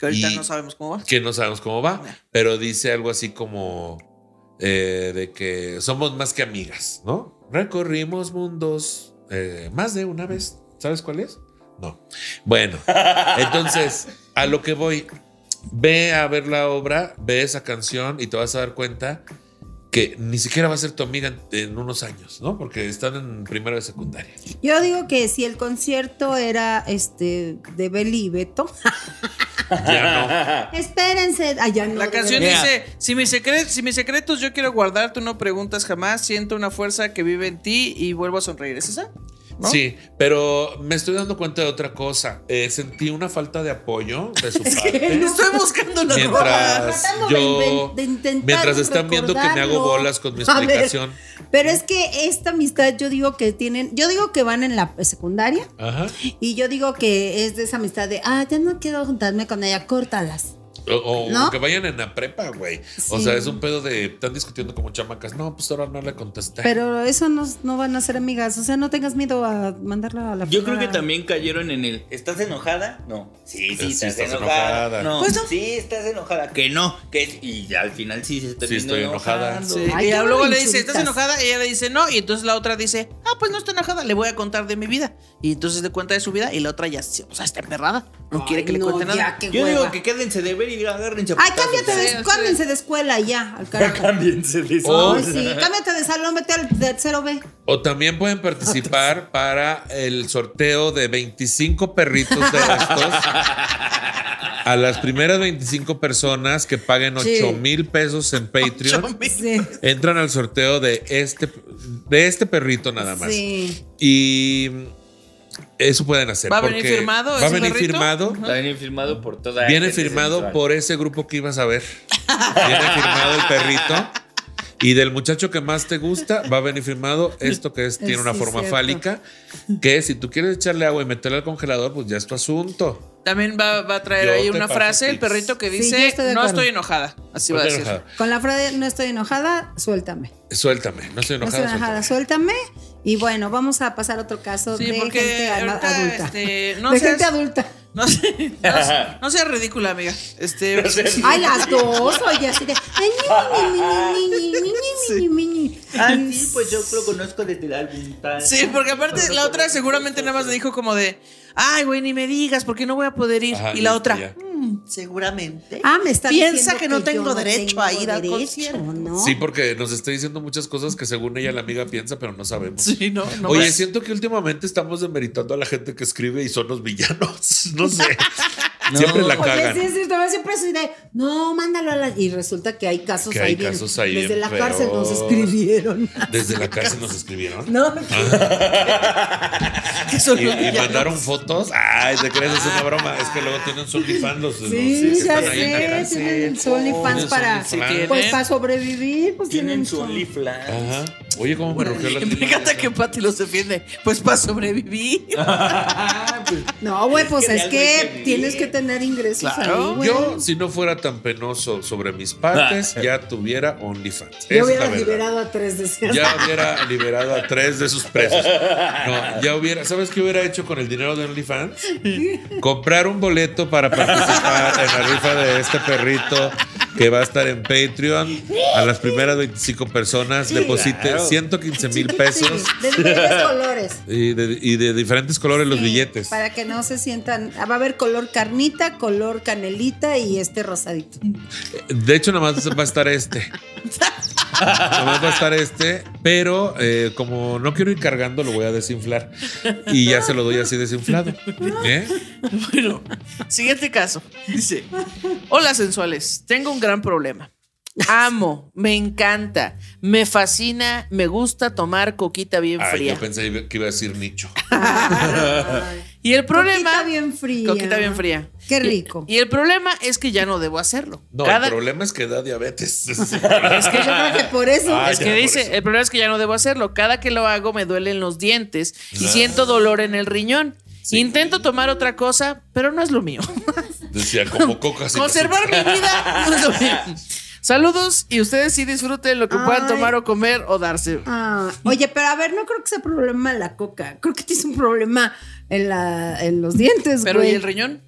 Speaker 1: Que ahorita
Speaker 3: Y-
Speaker 1: no sabemos cómo va.
Speaker 3: que no sabemos cómo va, pero dice algo así como eh, de que somos más que amigas, ¿no? Recorrimos mundos eh, más de una vez. ¿Sabes cuál es? No. Bueno, entonces, a lo que voy, ve a ver la obra, ve esa canción y te vas a dar cuenta que ni siquiera va a ser tu amiga en, en unos años, ¿no? Porque están en primero de secundaria.
Speaker 4: Yo digo que si el concierto era este de Beli y Beto.
Speaker 3: Ya
Speaker 4: Espérense. Ah, ya no,
Speaker 1: La
Speaker 4: de
Speaker 1: canción
Speaker 4: verdad.
Speaker 2: Mira.
Speaker 1: dice, si mis, secre- si mis secretos yo quiero guardar, tú no preguntas jamás, siento una fuerza que vive en ti y vuelvo a sonreír. ¿Es esa?
Speaker 3: no. Sí, pero me estoy dando cuenta de otra cosa. Eh, sentí una falta de apoyo de su parte.
Speaker 1: Estoy buscando la rola.
Speaker 3: mientras
Speaker 4: Tratando de
Speaker 3: yo
Speaker 4: inven- de intentar
Speaker 3: mientras están viendo que me hago
Speaker 4: recordarlo.
Speaker 3: bolas con mi
Speaker 4: A ver,
Speaker 3: explicación
Speaker 4: Pero es que esta amistad yo digo que tienen, yo digo que van en la secundaria
Speaker 3: Ajá.
Speaker 4: y yo digo que es de esa amistad de, ah, ya no quiero juntarme con ella, córtalas.
Speaker 3: o, o
Speaker 4: ¿No?
Speaker 3: que vayan en la prepa güey o
Speaker 4: Sí.
Speaker 3: sea es un pedo de están discutiendo como chamacas no pues ahora no le contesté
Speaker 4: Pero eso no, no van a ser amigas, o sea, no tengas miedo a mandarla a la
Speaker 2: Yo creo que
Speaker 4: fregada.
Speaker 2: también cayeron en el. ¿Estás enojada? No. Sí,
Speaker 3: Sí,
Speaker 2: sí, estás,
Speaker 3: estás
Speaker 2: enojada.
Speaker 3: enojada.
Speaker 2: No.
Speaker 1: Pues no.
Speaker 2: Sí, estás enojada. Que no. Que es- y ya al final sí se terminó
Speaker 3: estoy enojada.
Speaker 2: enojando.
Speaker 1: Sí,
Speaker 4: Ay,
Speaker 1: y
Speaker 4: qué
Speaker 1: luego le dice,
Speaker 4: malinchuritas.
Speaker 1: ¿estás enojada? Y ella le dice, no. Y entonces la otra dice, ah, pues no estoy enojada, le voy a contar de mi vida. Y entonces le cuenta de su vida y la otra ya, se- o sea, está emperrada. No
Speaker 4: Ay,
Speaker 1: quiere que le
Speaker 4: no,
Speaker 1: cuente nada.
Speaker 4: ya, qué
Speaker 2: Yo
Speaker 4: hueva.
Speaker 2: digo que quédense de ver y agárrense a
Speaker 4: Ay,
Speaker 2: putazos.
Speaker 4: cámbiate de,
Speaker 6: Sí, sí.
Speaker 4: cámbiense de escuela y ya, al carajo.
Speaker 2: Cámbiense de
Speaker 3: Oh.
Speaker 4: Ay, sí, cámbiate de salón, vete al tercero B.
Speaker 3: o también pueden participar para el sorteo de 25 perritos de estos a las primeras 25 personas que paguen
Speaker 4: Sí.
Speaker 3: 8 mil pesos en Patreon
Speaker 4: Sí.
Speaker 3: entran al sorteo de este de este perrito nada más
Speaker 4: Sí.
Speaker 3: Y eso pueden hacer.
Speaker 1: ¿Va a venir
Speaker 3: porque
Speaker 1: firmado
Speaker 3: Va a
Speaker 1: ese
Speaker 3: venir
Speaker 1: perrito?
Speaker 3: firmado.
Speaker 2: Viene firmado por toda.
Speaker 3: Viene
Speaker 2: gente
Speaker 3: firmado
Speaker 2: sensual.
Speaker 3: por ese grupo que ibas a ver. Viene firmado el perrito. Y del muchacho que más te gusta va a venir firmado esto que es, tiene una
Speaker 4: Sí,
Speaker 3: forma
Speaker 4: cierto.
Speaker 3: fálica, que si tú quieres echarle agua y meterle al congelador, pues ya es tu asunto.
Speaker 1: También va, va a traer
Speaker 3: Yo
Speaker 1: ahí
Speaker 3: te
Speaker 1: una
Speaker 3: paso
Speaker 1: frase, el
Speaker 3: tips.
Speaker 1: perrito que
Speaker 4: Sí,
Speaker 1: dice,
Speaker 4: yo estoy de
Speaker 1: no
Speaker 4: acuerdo.
Speaker 1: estoy enojada. Así
Speaker 3: No
Speaker 1: va a
Speaker 3: estoy
Speaker 1: decir.
Speaker 3: enojada.
Speaker 4: Con la frase no estoy enojada, suéltame.
Speaker 3: Suéltame, no estoy
Speaker 4: No
Speaker 3: enojada.
Speaker 4: estoy enojada,
Speaker 3: suéltame.
Speaker 4: suéltame. Y bueno, vamos a pasar a otro caso
Speaker 1: Sí,
Speaker 4: de
Speaker 1: porque
Speaker 4: gente ama-
Speaker 1: ahorita,
Speaker 4: adulta.
Speaker 1: este, no
Speaker 4: de
Speaker 1: seas-
Speaker 4: gente adulta.
Speaker 1: No, sé- no, sé- no sea ridícula, amiga. Este,
Speaker 4: Ay, las dos, oye, así de. Ay, ni, ni, ni, ni, ni, ni, ni, ni, ni, ni.
Speaker 2: Ah, sí, pues yo lo conozco desde el álbum tal.
Speaker 1: Sí, porque aparte la otra seguramente nada más le dijo como de, ay, güey, ni me digas porque no voy a poder ir.
Speaker 3: Ajá,
Speaker 1: y la
Speaker 3: listo,
Speaker 1: otra,
Speaker 3: ya.
Speaker 1: "Mm, seguramente.
Speaker 4: Ah, me está
Speaker 1: Piensa
Speaker 4: diciendo
Speaker 1: que no tengo
Speaker 4: yo
Speaker 1: derecho a ir al concierto.
Speaker 4: ¿no?
Speaker 3: Sí, porque nos está diciendo muchas cosas que según ella la amiga piensa, pero no sabemos.
Speaker 1: Sí, no, no.
Speaker 3: Oye,
Speaker 1: más.
Speaker 3: siento que últimamente estamos demeritando a la gente que escribe y son los villanos. No sé.
Speaker 2: No.
Speaker 3: Siempre la
Speaker 4: Oye,
Speaker 3: cagan.
Speaker 4: sí, Pues, es cierto, a veces siempre soy de, no, mándalo a la. Y resulta que hay casos,
Speaker 3: Que
Speaker 4: ahí,
Speaker 3: hay
Speaker 4: bien-
Speaker 3: casos ahí
Speaker 4: Desde
Speaker 3: bien
Speaker 4: la cárcel nos
Speaker 3: feos.
Speaker 4: escribieron.
Speaker 3: Desde la cárcel nos escribieron.
Speaker 4: No,
Speaker 1: Que son
Speaker 3: Y,
Speaker 1: los
Speaker 3: y
Speaker 1: villanos.
Speaker 3: mandaron fotos. Ay, te crees, es una broma. Es que luego tienen su OnlyFans los, los que
Speaker 4: sí, ya
Speaker 3: están ahí en la
Speaker 4: sé,
Speaker 3: cárcel.
Speaker 4: tienen su OnlyFans
Speaker 3: Tienen su
Speaker 4: para,
Speaker 3: OnlyFans.
Speaker 4: pues, para sobrevivir, pues tienen
Speaker 2: Tienen su OnlyFans.
Speaker 3: Ajá. Oye, ¿cómo me rugió la
Speaker 1: Me encanta que Patty los defiende. Pues para sobrevivir.
Speaker 4: No, güey, Ah, pues
Speaker 2: que de
Speaker 4: es
Speaker 2: algo hay que
Speaker 4: que
Speaker 2: vivir.
Speaker 4: tienes que tener ingresos
Speaker 1: Claro.
Speaker 4: ahí, güey.
Speaker 3: Yo, si no fuera tan penoso sobre mis partes, ya tuviera OnlyFans. Esa
Speaker 4: Yo
Speaker 3: es la
Speaker 4: hubiera
Speaker 3: verdad.
Speaker 4: liberado a tres de esas.
Speaker 3: Ya hubiera liberado a tres de sus presos. No, ya hubiera. ¿Sabes qué hubiera hecho con el dinero de OnlyFans? Comprar un boleto para participar en la rifa de este perrito que va a estar en Patreon. A las primeras 25 personas deposite
Speaker 2: Claro.
Speaker 3: 115 mil pesos
Speaker 4: Sí, de diferentes colores.
Speaker 3: y de, y de diferentes colores los
Speaker 4: Sí,
Speaker 3: billetes.
Speaker 4: Para que no se sientan. ah, Va a haber color carnita, color canelita y este rosadito.
Speaker 3: De hecho, nada más va a estar este. Nada más va a estar este, pero eh, como no quiero ir cargando, lo voy a desinflar. Y ya se lo doy así desinflado. ¿Eh?
Speaker 1: Bueno, siguiente caso. Dice, hola sensuales, tengo un gran problema. Amo, me encanta, me fascina, me gusta tomar coquita bien
Speaker 3: Ay,
Speaker 1: fría.
Speaker 3: yo pensé que iba a decir nicho.
Speaker 1: Y el problema.
Speaker 4: Coquita bien fría.
Speaker 1: Coquita bien fría.
Speaker 4: Qué
Speaker 1: Y-
Speaker 4: rico.
Speaker 1: Y, el problema es que ya no debo hacerlo.
Speaker 3: No,
Speaker 1: Cada-
Speaker 3: el problema es que da diabetes.
Speaker 1: es que yo creo que
Speaker 4: Por eso.
Speaker 3: Ah,
Speaker 1: es
Speaker 3: ya,
Speaker 1: que
Speaker 3: por
Speaker 1: dice,
Speaker 3: eso.
Speaker 1: el problema es que ya no debo hacerlo. Cada que lo hago me duelen los dientes y siento dolor en el riñón. Intento tomar otra cosa, pero no es lo mío.
Speaker 3: Decía, como cocas. y
Speaker 1: Conservar mi vida no es lo mío. Saludos y ustedes sí disfruten lo que puedan
Speaker 4: Ay.
Speaker 1: tomar o comer o darse.
Speaker 4: Ah, oye, pero a ver, no creo que sea problema la coca. Creo que tienes un problema en, la, en los dientes,
Speaker 1: Pero
Speaker 4: pues güey.
Speaker 1: ¿y el riñón?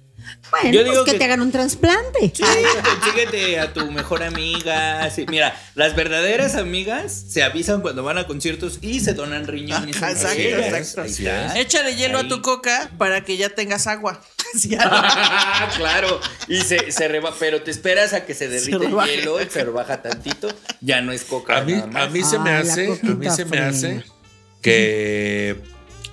Speaker 4: Bueno,
Speaker 2: Yo
Speaker 4: pues
Speaker 2: digo
Speaker 4: que,
Speaker 2: que-
Speaker 4: te hagan un trasplante.
Speaker 2: Sí, consíguete a tu mejor amiga. sí. Mira, las verdaderas amigas se avisan cuando van a conciertos y se donan riñones.
Speaker 1: Ajá, exacto,
Speaker 2: Ahí está,
Speaker 1: exacto.
Speaker 2: ahí está.
Speaker 1: Échale hielo a
Speaker 2: Ahí.
Speaker 1: tu coca para que ya tengas agua. Sí, ya.
Speaker 2: Ah, claro. Y se, se reba- pero te esperas a que se derrite el
Speaker 1: rebaje.
Speaker 2: hielo y se rebaja tantito. Ya no es coca.
Speaker 3: A mí,
Speaker 2: nada más.
Speaker 3: a mí se me
Speaker 4: Ah, la
Speaker 3: hace, a mí
Speaker 4: coquita
Speaker 3: se me
Speaker 4: fría.
Speaker 3: hace que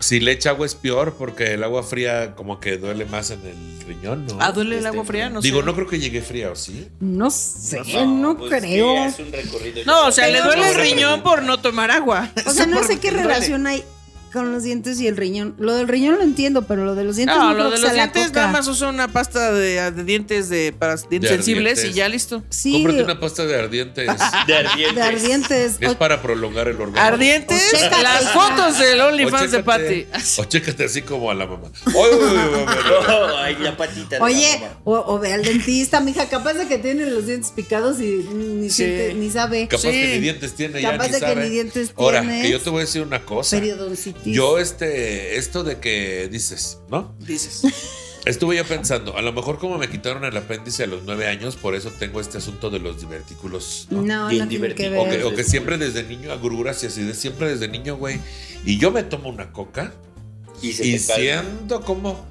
Speaker 3: si le echa agua es peor porque el agua fría como que duele más en el riñón, ¿no?
Speaker 1: Ah, duele el agua fría, no
Speaker 3: este Digo,
Speaker 1: sé.
Speaker 3: no creo que llegue fría, ¿o sí?
Speaker 4: No sé, no,
Speaker 2: pues,
Speaker 4: creo.
Speaker 2: sí, hace un recorrido.
Speaker 1: No, o sea, le
Speaker 4: Pero
Speaker 1: duele
Speaker 4: no
Speaker 1: el
Speaker 4: sé.
Speaker 1: riñón por no tomar agua.
Speaker 4: O sea, no
Speaker 1: Por-
Speaker 4: sé qué
Speaker 1: duele.
Speaker 4: relación hay con los dientes y el riñón. Lo del riñón lo entiendo, pero lo de los dientes no,
Speaker 1: No,
Speaker 4: creo
Speaker 1: lo de
Speaker 4: que
Speaker 1: los
Speaker 4: sea la
Speaker 1: dientes
Speaker 4: coca.
Speaker 1: nada más usa una pasta de, de dientes de para dientes
Speaker 3: De
Speaker 1: sensibles
Speaker 3: ardientes.
Speaker 1: y ya listo.
Speaker 4: Sí,
Speaker 3: Cómprate
Speaker 4: de,
Speaker 3: una pasta de ardientes.
Speaker 1: Ah,
Speaker 2: De
Speaker 1: pues.
Speaker 2: ardientes.
Speaker 4: de ardientes.
Speaker 3: es
Speaker 4: O-
Speaker 3: para prolongar el orgasmo.
Speaker 1: Ardientes,
Speaker 4: O pues, chécate.
Speaker 1: las fotos del
Speaker 3: O
Speaker 1: OnlyFans de Patty.
Speaker 3: chécate- O chécate así como a la mamá. Ay, ay, ay, ay, ay.
Speaker 2: No, ay, la patita. de la
Speaker 4: Oye,
Speaker 2: mamá.
Speaker 4: o, o ve al dentista, mija, capaz de que tiene los dientes picados y ni,
Speaker 1: Sí.
Speaker 4: siente- ni sabe.
Speaker 3: Capaz que
Speaker 1: Sí.
Speaker 3: ni dientes tiene ya
Speaker 4: Capaz
Speaker 3: ni
Speaker 4: de que
Speaker 3: sabe.
Speaker 4: ni dientes
Speaker 3: Ahora,
Speaker 4: tienes.
Speaker 3: que yo te voy a decir una cosa.
Speaker 4: Periodoncitis.
Speaker 3: Yo este, esto de que dices, ¿no?
Speaker 1: Dices.
Speaker 3: Estuve yo pensando, a lo mejor como me quitaron el apéndice a los nueve años, por eso tengo este asunto de los divertículos. ¿no?
Speaker 4: no,
Speaker 2: Bien
Speaker 4: no tiene que
Speaker 2: divertido.
Speaker 3: O
Speaker 4: ver.
Speaker 3: que, o que siempre desde niño agruras y así de siempre desde niño, güey. Y yo me tomo una coca
Speaker 2: Y se
Speaker 3: y
Speaker 2: te calma.
Speaker 3: siento como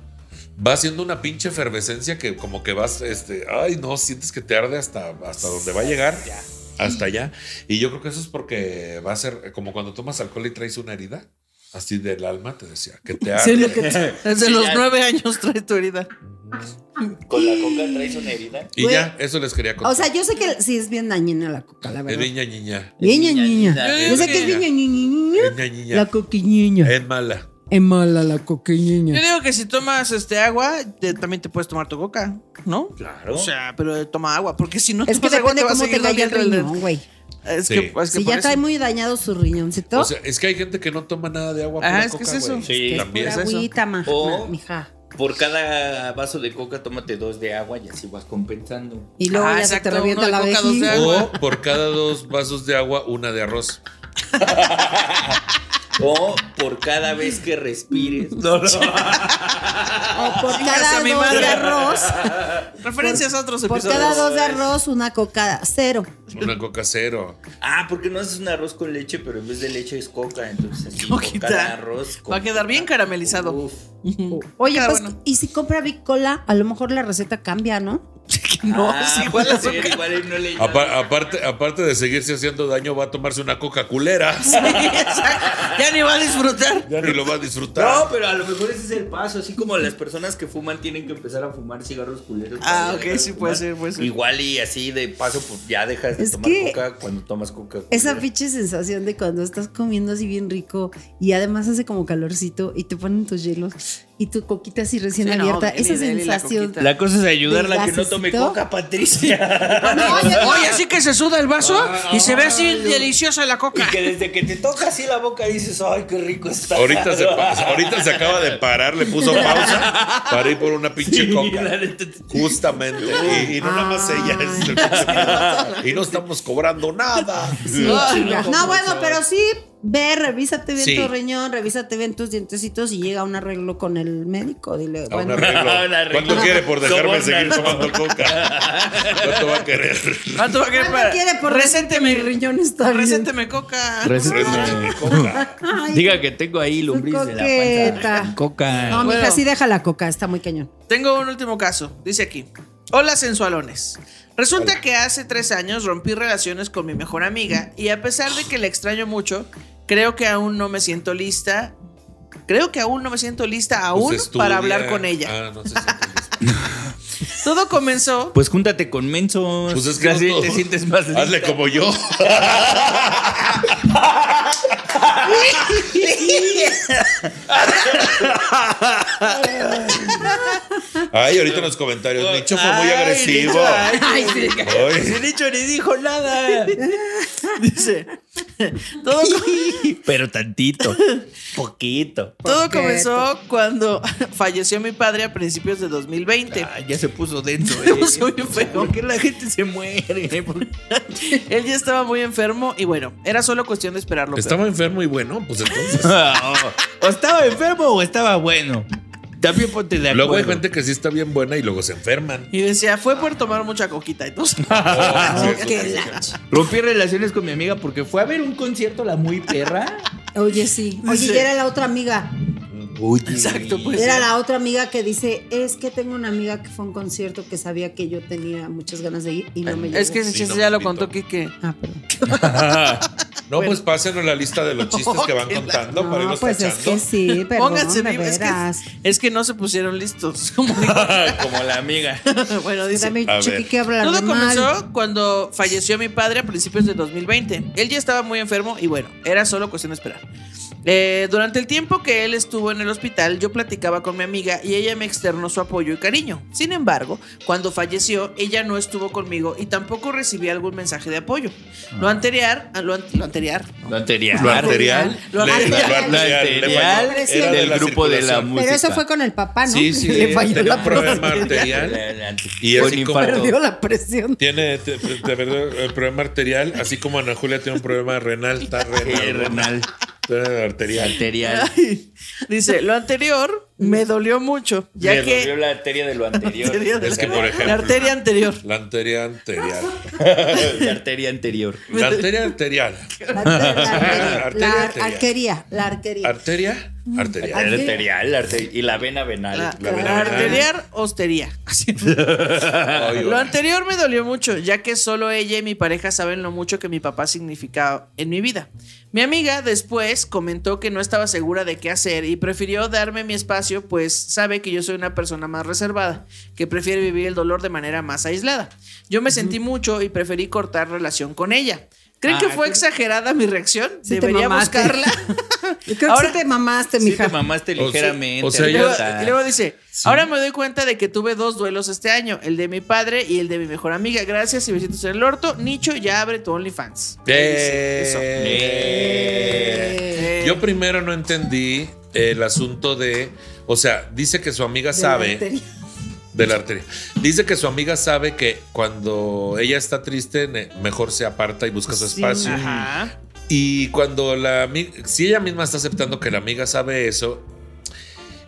Speaker 3: va siendo una pinche efervescencia que como que vas, este, ay no, sientes que te arde hasta, hasta donde va a llegar. Hasta allá. Y yo creo que eso es porque va a ser como cuando tomas alcohol y traes una herida. Así del alma te decía, que te arde.
Speaker 5: Sí, lo que
Speaker 1: Desde
Speaker 2: Sí,
Speaker 1: los
Speaker 2: ya.
Speaker 1: nueve años traes tu herida.
Speaker 2: Con la coca traes una herida.
Speaker 3: Y
Speaker 4: Güey.
Speaker 3: ya, eso les quería contar.
Speaker 4: O sea, yo sé que sí es bien dañina la coca, la
Speaker 3: Es
Speaker 4: verdad.
Speaker 3: niña, niña.
Speaker 2: Niña,
Speaker 4: Niña, niña.
Speaker 2: niña.
Speaker 4: Yo sé que es
Speaker 3: Niña.
Speaker 4: niña, niña, niña.
Speaker 3: Niña, niña.
Speaker 5: La coquiñiña.
Speaker 3: Es mala.
Speaker 5: Es mala la coquiñiña.
Speaker 1: Yo digo que si tomas este agua, te- también te puedes tomar tu coca, ¿no?
Speaker 2: Claro.
Speaker 1: O sea, pero toma agua, porque si no
Speaker 4: Es que
Speaker 1: tomas agua
Speaker 4: depende
Speaker 1: pues, va a
Speaker 4: cómo te
Speaker 1: seguir
Speaker 4: vaya el
Speaker 1: doliendo
Speaker 4: riñón, güey.
Speaker 1: Es
Speaker 3: Sí.
Speaker 1: que, es que
Speaker 4: Si
Speaker 1: por
Speaker 4: ya
Speaker 1: eso.
Speaker 4: trae muy dañado su riñoncito.
Speaker 3: O sea, es que hay gente que no toma nada de agua.
Speaker 1: Ajá,
Speaker 3: pura
Speaker 1: es que
Speaker 3: coca,
Speaker 1: es eso.
Speaker 3: güey.
Speaker 2: Sí.
Speaker 3: también.
Speaker 4: Pura
Speaker 1: es eso.
Speaker 4: agüita, ma-
Speaker 2: O-
Speaker 4: mija.
Speaker 2: Por cada vaso de coca, tómate dos de agua y así vas compensando.
Speaker 4: Y luego
Speaker 1: Ah,
Speaker 4: ya
Speaker 1: exacto,
Speaker 4: se te revienta
Speaker 1: uno
Speaker 4: la
Speaker 1: de coca, dos de
Speaker 4: vejiga.
Speaker 1: agua.
Speaker 3: O por cada dos vasos de agua, una de arroz.
Speaker 2: O por cada vez que respires.
Speaker 4: O por
Speaker 1: Chingas
Speaker 4: cada
Speaker 1: a mi
Speaker 4: dos
Speaker 1: madre.
Speaker 4: de arroz.
Speaker 1: Referencias a otros
Speaker 4: Por
Speaker 1: episodios.
Speaker 4: cada dos de arroz, una coca cero.
Speaker 3: Una coca cero.
Speaker 2: Ah, porque no haces un arroz con leche, pero en vez de leche es coca. Entonces, así,
Speaker 1: ¿Cómo
Speaker 2: por
Speaker 1: quita?
Speaker 2: cada arroz. con
Speaker 1: Va a quedar bien caramelizado.
Speaker 2: Uf.
Speaker 1: Ujú.
Speaker 4: Oye,
Speaker 1: Queda
Speaker 4: pues,
Speaker 1: bueno.
Speaker 4: y si compra bicola, a lo mejor la receta cambia, ¿no?
Speaker 1: No,
Speaker 2: Ah,
Speaker 1: es igual
Speaker 2: puede
Speaker 1: a su
Speaker 2: ser, igual y no le
Speaker 3: Apa- aparte, aparte de seguirse haciendo daño, va a tomarse una coca culera.
Speaker 1: Ya ni va a disfrutar.
Speaker 3: Ya ni lo va a disfrutar.
Speaker 2: No, pero a lo mejor ese es el paso. Así como las personas que fuman tienen que empezar a fumar cigarros culeros.
Speaker 1: Ah,
Speaker 2: para
Speaker 1: ok,
Speaker 2: dejar de
Speaker 1: sí,
Speaker 2: fumar.
Speaker 1: puede ser, puede ser.
Speaker 2: Igual y así de paso, pues ya dejas de
Speaker 4: Es
Speaker 2: tomar
Speaker 4: que
Speaker 2: coca cuando tomas coca.
Speaker 4: Esa
Speaker 2: culera.
Speaker 4: pinche sensación de cuando estás comiendo así bien rico y además hace como calorcito y te ponen tus hielos y tu coquita así recién
Speaker 1: Sí, no,
Speaker 4: abierta.
Speaker 1: dele,
Speaker 4: Esa
Speaker 1: dele la
Speaker 4: sensación.
Speaker 1: coquita.
Speaker 2: La cosa es ayudarla a que no
Speaker 4: Delgacito.
Speaker 2: tome coca, Patricia.
Speaker 1: Oye, así que se suda el vaso
Speaker 3: Ah,
Speaker 1: y se ve así deliciosa la
Speaker 2: y
Speaker 1: coca.
Speaker 2: que desde que te toca así la boca dices, ay, qué rico está.
Speaker 3: Ahorita se, pa- ahorita se acaba de parar, le puso pausa para ir por una pinche
Speaker 2: Sí, la Ah.
Speaker 3: coca.
Speaker 2: neta, sí.
Speaker 3: Justamente. Y, y no nada más ella. es el pinche- y no estamos cobrando nada.
Speaker 2: Ah,
Speaker 1: Ay,
Speaker 4: no,
Speaker 2: no,
Speaker 4: bueno,
Speaker 2: no.
Speaker 4: pero sí, ve, revísate bien
Speaker 3: Sí.
Speaker 4: tu riñón, revísate bien tus dientecitos y llega a un arreglo con el médico. Dile,
Speaker 3: A un
Speaker 4: bueno,
Speaker 3: arreglo.
Speaker 2: A Ah, un arreglo.
Speaker 3: ¿Cuánto quiere por dejarme
Speaker 2: Sobornas.
Speaker 3: seguir tomando coca? ¿Cuánto va a querer?
Speaker 1: ¿Cuánto va a querer
Speaker 4: ¿cuánto
Speaker 1: para-
Speaker 4: quiere por
Speaker 1: Resénteme,
Speaker 4: mi riñón está bien?
Speaker 1: resénteme coca.
Speaker 3: Préstame coca.
Speaker 4: Ay,
Speaker 2: Diga que tengo ahí
Speaker 4: su
Speaker 2: lombriz de la
Speaker 4: coqueta.
Speaker 2: panza. Coca.
Speaker 4: No,
Speaker 1: Bueno.
Speaker 4: mija, sí deja la coca, está muy cañón.
Speaker 1: Tengo un último caso, dice aquí. Hola sensualones. Resulta que hace tres años rompí relaciones con mi mejor amiga y a pesar de que la extraño mucho, creo que aún no me siento lista. Creo que aún no me siento lista aún
Speaker 3: Pues estudia.
Speaker 1: para hablar con ella.
Speaker 3: Ah, no se siente lista.
Speaker 1: Todo comenzó
Speaker 2: Pues júntate con mensos.
Speaker 3: Pues es que
Speaker 2: Así
Speaker 3: no todo.
Speaker 2: te sientes más
Speaker 3: Hazle
Speaker 2: lista.
Speaker 3: como yo. Ay, ahorita en los comentarios, Nicho fue muy
Speaker 1: Ay,
Speaker 3: agresivo.
Speaker 1: Nicho, ay,
Speaker 3: Ay.
Speaker 1: Sí, Nicho ni dijo nada. Dice, todo, co-
Speaker 2: Pero tantito. Poquito.
Speaker 1: todo comenzó cuando falleció mi padre a principios de 2020.
Speaker 2: Ah, ya se puso denso. eh.
Speaker 1: Se puso bien feo.
Speaker 2: ¿Por qué la gente se muere? ¿Por qué?
Speaker 1: Él ya estaba muy enfermo y bueno, era solo cuestión de esperarlo.
Speaker 3: Estaba enfermo y bueno, pues entonces.
Speaker 2: o estaba enfermo o estaba bueno. También ponte de acuerdo.
Speaker 3: Luego hay gente que sí está bien buena y luego se enferman.
Speaker 1: Y decía, fue por tomar mucha coquita. pues, Entonces,
Speaker 3: Oh, sí,
Speaker 4: Qué
Speaker 3: eso sí.
Speaker 4: lache.
Speaker 2: Rompí relaciones con mi amiga porque fue a ver un concierto la muy perra.
Speaker 4: Oye, sí. Oye,
Speaker 1: Sí.
Speaker 4: y era la otra amiga.
Speaker 1: exacto, pues.
Speaker 4: Era la otra amiga que dice, es que tengo una amiga que fue a un concierto que sabía que yo tenía muchas ganas de ir y no me llegó.
Speaker 1: Es que ese
Speaker 3: Sí,
Speaker 1: chiste
Speaker 3: no,
Speaker 1: ya lo
Speaker 3: poquito.
Speaker 1: contó Kike.
Speaker 4: Ah, perdón.
Speaker 3: No, pues pásenos la lista de los chistes que van contando para
Speaker 4: No,
Speaker 3: irnos
Speaker 4: pues es
Speaker 3: tachando.
Speaker 4: que sí, pero
Speaker 1: Pónganse
Speaker 4: me
Speaker 1: bien, es
Speaker 4: verás.
Speaker 1: que, es que no se pusieron listos. Como dijo.
Speaker 2: Como la amiga.
Speaker 1: bueno,
Speaker 4: Yo
Speaker 1: dice.
Speaker 4: también
Speaker 3: A
Speaker 4: chiqui
Speaker 3: ver.
Speaker 4: que habla
Speaker 1: Todo
Speaker 4: de mal.
Speaker 1: comenzó cuando falleció mi padre a principios de 2020. Él ya estaba muy enfermo y bueno, era solo cuestión de esperar. Eh, durante el tiempo que él estuvo en el hospital, yo platicaba con mi amiga y ella me externó su apoyo y cariño. Sin embargo, cuando falleció, ella no estuvo conmigo y tampoco recibí algún mensaje de apoyo.
Speaker 3: Ah.
Speaker 1: Lo anterior, ah, lo, an- lo anterior,
Speaker 2: Lo anterior.
Speaker 3: Lo arterial.
Speaker 1: Lo
Speaker 3: le-
Speaker 1: arterial.
Speaker 3: lo arterial,
Speaker 2: Lo
Speaker 3: le
Speaker 2: arterial
Speaker 3: falló.
Speaker 4: del
Speaker 3: Era de la
Speaker 2: grupo de la
Speaker 3: circulación.
Speaker 2: mu-
Speaker 4: Pero eso
Speaker 2: música.
Speaker 4: fue con el papá, ¿no?
Speaker 3: Sí, sí,
Speaker 4: Le falló
Speaker 3: tenía
Speaker 4: la
Speaker 3: un problema
Speaker 4: presión.
Speaker 3: arterial. Y
Speaker 2: Fue
Speaker 3: así
Speaker 2: un
Speaker 3: como-
Speaker 2: infarto.
Speaker 4: Perdió la presión.
Speaker 3: Tiene te- te- te- verdad, el problema arterial, así como Ana Julia tiene un problema renal, está
Speaker 2: Eh,
Speaker 3: renal.
Speaker 2: renal.
Speaker 3: Tiene arterial.
Speaker 2: Arterial.
Speaker 1: dice, lo anterior me dolió mucho, ya
Speaker 2: Me
Speaker 1: que
Speaker 2: dolió la arteria de lo anterior.
Speaker 1: Arteria de
Speaker 3: Es
Speaker 1: la-
Speaker 3: que, por ejemplo-
Speaker 1: la arteria anterior.
Speaker 3: La anterior arterial.
Speaker 2: la arteria anterior.
Speaker 3: La arteria arterial.
Speaker 4: La, la-
Speaker 3: Arteria,
Speaker 4: la
Speaker 3: arteria.
Speaker 4: arquería, la arquería.
Speaker 3: Arteria
Speaker 2: La
Speaker 3: arterial.
Speaker 2: arterial, la arte- y la vena venal.
Speaker 1: La, la
Speaker 3: La vena renal.
Speaker 1: arterial, hostería.
Speaker 3: Ay,
Speaker 1: Ah, Lo
Speaker 3: bueno.
Speaker 1: anterior me dolió mucho, ya que solo ella y mi pareja saben lo mucho que mi papá significaba en mi vida. Mi amiga después comentó que no estaba segura de qué hacer y prefirió darme mi espacio, pues sabe que yo soy una persona más reservada, que prefiere vivir el dolor de manera más aislada. Yo me sentí mucho y preferí cortar relación con ella. ¿Creen que
Speaker 2: Ah,
Speaker 1: fue
Speaker 2: qué-
Speaker 1: exagerada mi reacción?
Speaker 4: Sí te
Speaker 1: Debería
Speaker 4: mamaste.
Speaker 1: buscarla.
Speaker 4: Creo
Speaker 1: Ahora-
Speaker 4: que sí te mamaste,
Speaker 2: Sí, te
Speaker 4: mija.
Speaker 2: mamaste
Speaker 3: sea-
Speaker 2: ligeramente.
Speaker 3: o sea,
Speaker 1: Y luego,
Speaker 2: idiota.
Speaker 1: y luego dice, ahora me doy cuenta de que tuve dos duelos este año, el de mi padre y el de mi mejor amiga. Gracias y besitos en el orto. Nicho ya abre tu OnlyFans.
Speaker 3: Eh,
Speaker 1: Eso.
Speaker 3: eh. Yo primero no entendí el asunto de, o sea, dice que su amiga sabe de la arteria. Dice que su amiga sabe que cuando ella está triste, ne- mejor se aparta y busca su espacio.
Speaker 2: Ah.
Speaker 1: Ajá.
Speaker 3: Y cuando la amiga, si ella misma está aceptando que la amiga sabe eso,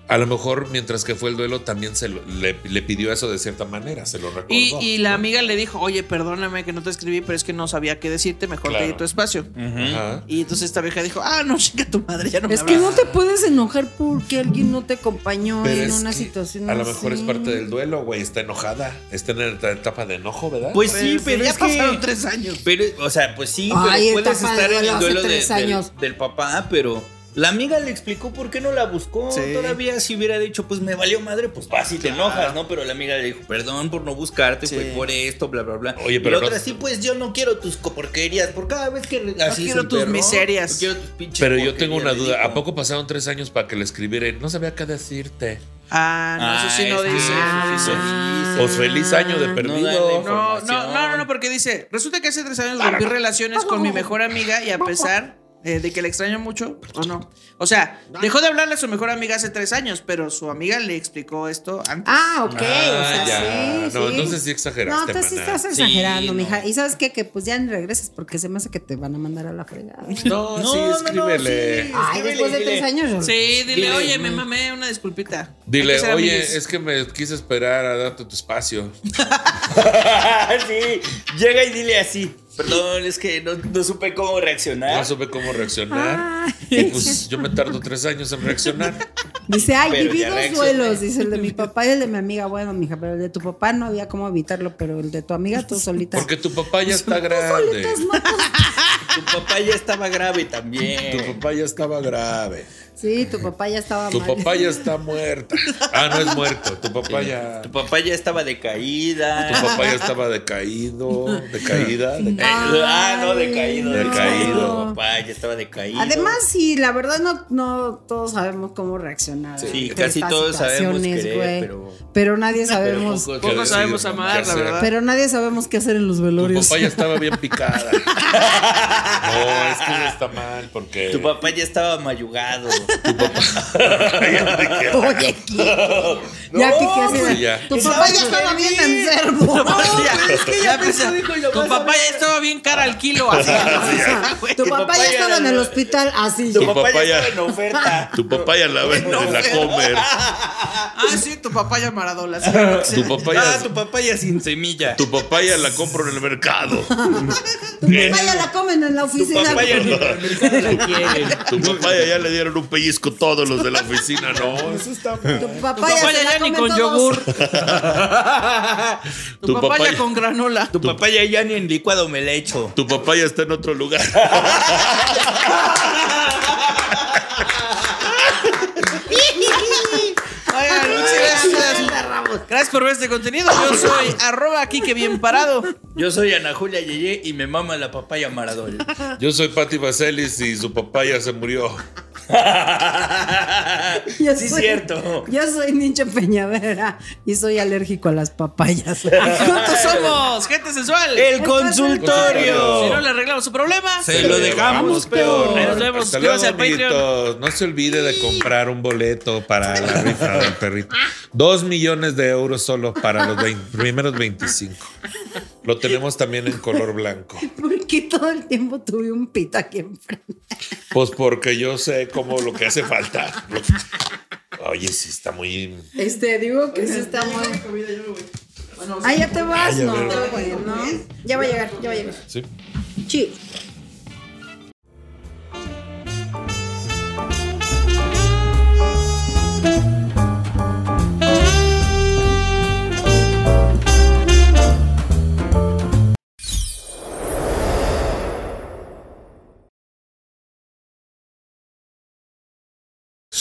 Speaker 3: a lo mejor mientras que fue el duelo también se lo- le, le pidió eso de cierta manera, se lo recordó.
Speaker 1: Y, y la amiga le dijo, oye, perdóname que no te escribí, pero es que no sabía qué decirte, mejor
Speaker 3: Claro.
Speaker 1: te di tu espacio.
Speaker 2: Mm.
Speaker 3: Ajá.
Speaker 1: Y entonces esta vieja dijo, ah, no, chica, tu madre ya no me
Speaker 4: Es que no
Speaker 1: hablas".
Speaker 4: te puedes enojar porque alguien no te acompañó
Speaker 3: Pero
Speaker 4: en
Speaker 3: es
Speaker 4: una
Speaker 3: que
Speaker 4: situación
Speaker 3: a lo mejor es
Speaker 4: así.
Speaker 3: parte del duelo, güey. Está enojada. Está en la etapa de enojo, ¿verdad?
Speaker 2: Pues sí,
Speaker 1: Pues,
Speaker 2: pero
Speaker 1: ya
Speaker 2: es
Speaker 1: pasaron
Speaker 2: que.
Speaker 1: tres años.
Speaker 2: Pero, o sea, pues sí,
Speaker 4: Ay,
Speaker 2: pero puedes
Speaker 4: etapa de
Speaker 2: estar en
Speaker 4: duelo
Speaker 2: el
Speaker 4: hace
Speaker 2: duelo de-
Speaker 4: tres
Speaker 2: del-
Speaker 4: años.
Speaker 2: Del, papá, pero la amiga le explicó por qué no la buscó.
Speaker 1: Sí.
Speaker 2: Todavía si hubiera dicho, pues me valió madre, pues vas y te enojas, ¿no? Pero la amiga le dijo, perdón por no buscarte,
Speaker 1: Sí.
Speaker 2: fue por esto, bla, bla, bla.
Speaker 3: Oye,
Speaker 2: Y
Speaker 3: pero
Speaker 2: la
Speaker 3: no-
Speaker 2: otra, sí, pues yo no quiero tus co- porquerías, por cada vez que re- así
Speaker 1: quiero
Speaker 2: se
Speaker 1: tus
Speaker 2: emperró,
Speaker 1: miserias.
Speaker 2: no quiero tus pinches
Speaker 3: Pero yo tengo una
Speaker 2: porquerías", le
Speaker 3: duda. ¿A
Speaker 2: dijo.
Speaker 3: poco pasaron tres años para que le escribiera? y No sabía qué decirte.
Speaker 1: Ah, no, eso sí
Speaker 2: Ah,
Speaker 1: no
Speaker 2: es que
Speaker 1: dice.
Speaker 2: eso sí se dice.
Speaker 3: Pues feliz año de perdido.
Speaker 2: dale.
Speaker 1: No, no,
Speaker 2: información.
Speaker 1: no, no, no, porque dice, resulta que hace tres años rompí relaciones con mi mejor amiga y a pesar eh, de que la extraño mucho, o no. O sea, dejó de hablarle a su mejor amiga hace tres años, pero su amiga le explicó esto antes.
Speaker 4: Ah, ok.
Speaker 3: Ah,
Speaker 4: o sea,
Speaker 3: ya.
Speaker 4: sí,
Speaker 3: No,
Speaker 4: sí.
Speaker 3: entonces sí exageraste,
Speaker 4: No, entonces sí
Speaker 3: maná.
Speaker 4: estás
Speaker 2: Sí, no.
Speaker 4: exagerando, mija. Y sabes qué? que pues ya ni regresas porque se me hace que te van a mandar a la fregada.
Speaker 3: No,
Speaker 2: No,
Speaker 3: sí,
Speaker 2: no, no,
Speaker 3: escríbele.
Speaker 2: sí.
Speaker 4: Ay,
Speaker 2: escríbele,
Speaker 4: después de
Speaker 2: dile.
Speaker 4: tres años. yo-
Speaker 1: Sí, dile,
Speaker 2: Dile,
Speaker 1: oye, me
Speaker 4: Mm.
Speaker 1: mamé una disculpita. Hay que
Speaker 3: Dile,
Speaker 1: ser
Speaker 3: oye,
Speaker 1: amiguis".
Speaker 3: es que me quise esperar a darte tu espacio.
Speaker 2: sí, llega y dile así. Perdón, es que no, no supe cómo reaccionar.
Speaker 3: No supe cómo reaccionar. Y pues yo me tardo tres años en reaccionar.
Speaker 4: Dice, ay,
Speaker 2: Pero
Speaker 4: viví
Speaker 2: ya
Speaker 4: dos
Speaker 2: reaccioné.
Speaker 4: duelos. Dice el de mi papá y el de mi amiga. Bueno, mija, pero el de tu papá no había cómo evitarlo, pero el de tu amiga tú solita.
Speaker 3: Porque tu papá ya está
Speaker 4: Solitas
Speaker 3: grande.
Speaker 4: no, pues,
Speaker 2: Tu papá ya estaba grave también.
Speaker 3: Tu papá ya estaba grave.
Speaker 4: Sí, tu papá ya estaba
Speaker 3: Tu
Speaker 4: mal.
Speaker 3: papá ya está muerta. Ah, no es muerto. Tu papá ya.
Speaker 2: Tu papá ya estaba decaída.
Speaker 3: Tu papá ya estaba decaído, decaída,
Speaker 2: Eh,
Speaker 3: decaída.
Speaker 2: ah, no, decaído.
Speaker 3: Decaído.
Speaker 2: Tu papá ya estaba decaído.
Speaker 4: Además, sí, la verdad no, no todos sabemos cómo reaccionar.
Speaker 2: Sí,
Speaker 4: ante
Speaker 2: casi
Speaker 4: estas
Speaker 2: todos sabemos
Speaker 4: situaciones,
Speaker 2: querer,
Speaker 4: güey.
Speaker 2: pero-
Speaker 4: Pero nadie sabemos. Pero,
Speaker 3: Poco
Speaker 1: Poco
Speaker 3: que
Speaker 1: sabemos
Speaker 3: decir,
Speaker 1: amar,
Speaker 3: que
Speaker 1: la
Speaker 3: hacer.
Speaker 1: verdad.
Speaker 4: nadie sabemos qué hacer en los
Speaker 3: Tu
Speaker 4: velorios.
Speaker 3: papá ya estaba bien picada. No, es que no está mal porque.
Speaker 2: Tu papá ya estaba mayugado.
Speaker 4: Oye, ¿qué? ya que qué hacer.
Speaker 3: pues ya.
Speaker 4: Tu papá ya estaba bien enfermo.
Speaker 1: Tu
Speaker 2: pues
Speaker 1: papá ya- ya
Speaker 4: me
Speaker 1: pensé,
Speaker 4: dijo, y lo
Speaker 1: tu
Speaker 4: vas a
Speaker 1: papá ya estaba bien cara al kilo. Así,
Speaker 4: Tu papá ya estaba en el hospital así.
Speaker 3: Tu papá ya-
Speaker 2: estaba en oferta.
Speaker 3: Tu papá ya la ven en la comer.
Speaker 1: Ah, sí, tu papá ya Maradona. sí, claro que sí.
Speaker 3: Tu papá
Speaker 2: Ah,
Speaker 3: ya.
Speaker 2: tu papá ya sin semilla.
Speaker 3: Tu papá ya la compro en el mercado.
Speaker 4: Tu papá ya la comen en la
Speaker 2: Tu
Speaker 4: oficina.
Speaker 2: papá ya ni en el mercado la quiere.
Speaker 3: Tu papá ya, ya le dieron un pellizco todos los de la oficina, ¿no? Eso está mal.
Speaker 4: Tu
Speaker 1: Tu
Speaker 4: papá
Speaker 1: papá
Speaker 4: ya se
Speaker 1: ya,
Speaker 4: la
Speaker 1: ya ni
Speaker 4: comen
Speaker 1: con
Speaker 4: todos.
Speaker 1: yogur. Tu,
Speaker 3: Tu
Speaker 1: papá,
Speaker 3: papá
Speaker 1: ya
Speaker 3: ya-
Speaker 1: con granola.
Speaker 2: Tu papá ya, ya ni en licuado me le echo.
Speaker 3: Tu papá ya está en otro lugar.
Speaker 1: Oigan, muchas gracias. Gracias por ver este contenido. Yo soy arroba aquí que bien parado.
Speaker 2: Yo soy Ana Julia Yeye y me mama la papaya Maradona.
Speaker 3: Yo soy Patti Vaselis y su papá ya se murió.
Speaker 4: Yo
Speaker 2: sí,
Speaker 4: soy-
Speaker 2: cierto.
Speaker 4: Yo soy Ninche Peñavera y soy alérgico a las papayas.
Speaker 1: Juntos somos gente sensual.
Speaker 2: El
Speaker 1: Si no
Speaker 2: consultorio.
Speaker 1: le arreglamos su problema,
Speaker 2: Se lo dejamos peor.
Speaker 1: Nos vemos.
Speaker 3: Hasta luego,
Speaker 1: Suscríbanse al Patreon.
Speaker 3: amiguitos. No se olvide de comprar un boleto para la rifa del perrito. Dos millones de euros solo para los 20 primeros 25. Lo tenemos también en color blanco.
Speaker 4: Porque todo el tiempo tuve un pito aquí enfrente.
Speaker 3: Pues porque yo sé cómo lo que hace falta. Oye, sí, está muy.
Speaker 4: Este, digo que sí está muy. Ah, ya te vas,
Speaker 3: ya
Speaker 4: no,
Speaker 3: veo.
Speaker 4: güey, no. Ya va a llegar, ya va a llegar.
Speaker 3: Sí.
Speaker 4: Sí.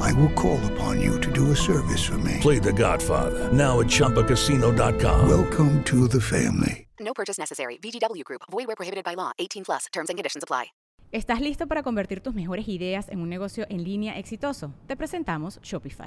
Speaker 7: I will call upon you to do a service for me.
Speaker 8: Play The Godfather now at ChumbaCasino.com.
Speaker 7: Welcome to the family.
Speaker 9: No purchase necessary. VGW Group. Void where prohibited by law. 18 plus. Terms and conditions apply.
Speaker 6: ¿Estás listo para convertir tus mejores ideas en un negocio en línea exitoso? Te presentamos Shopify.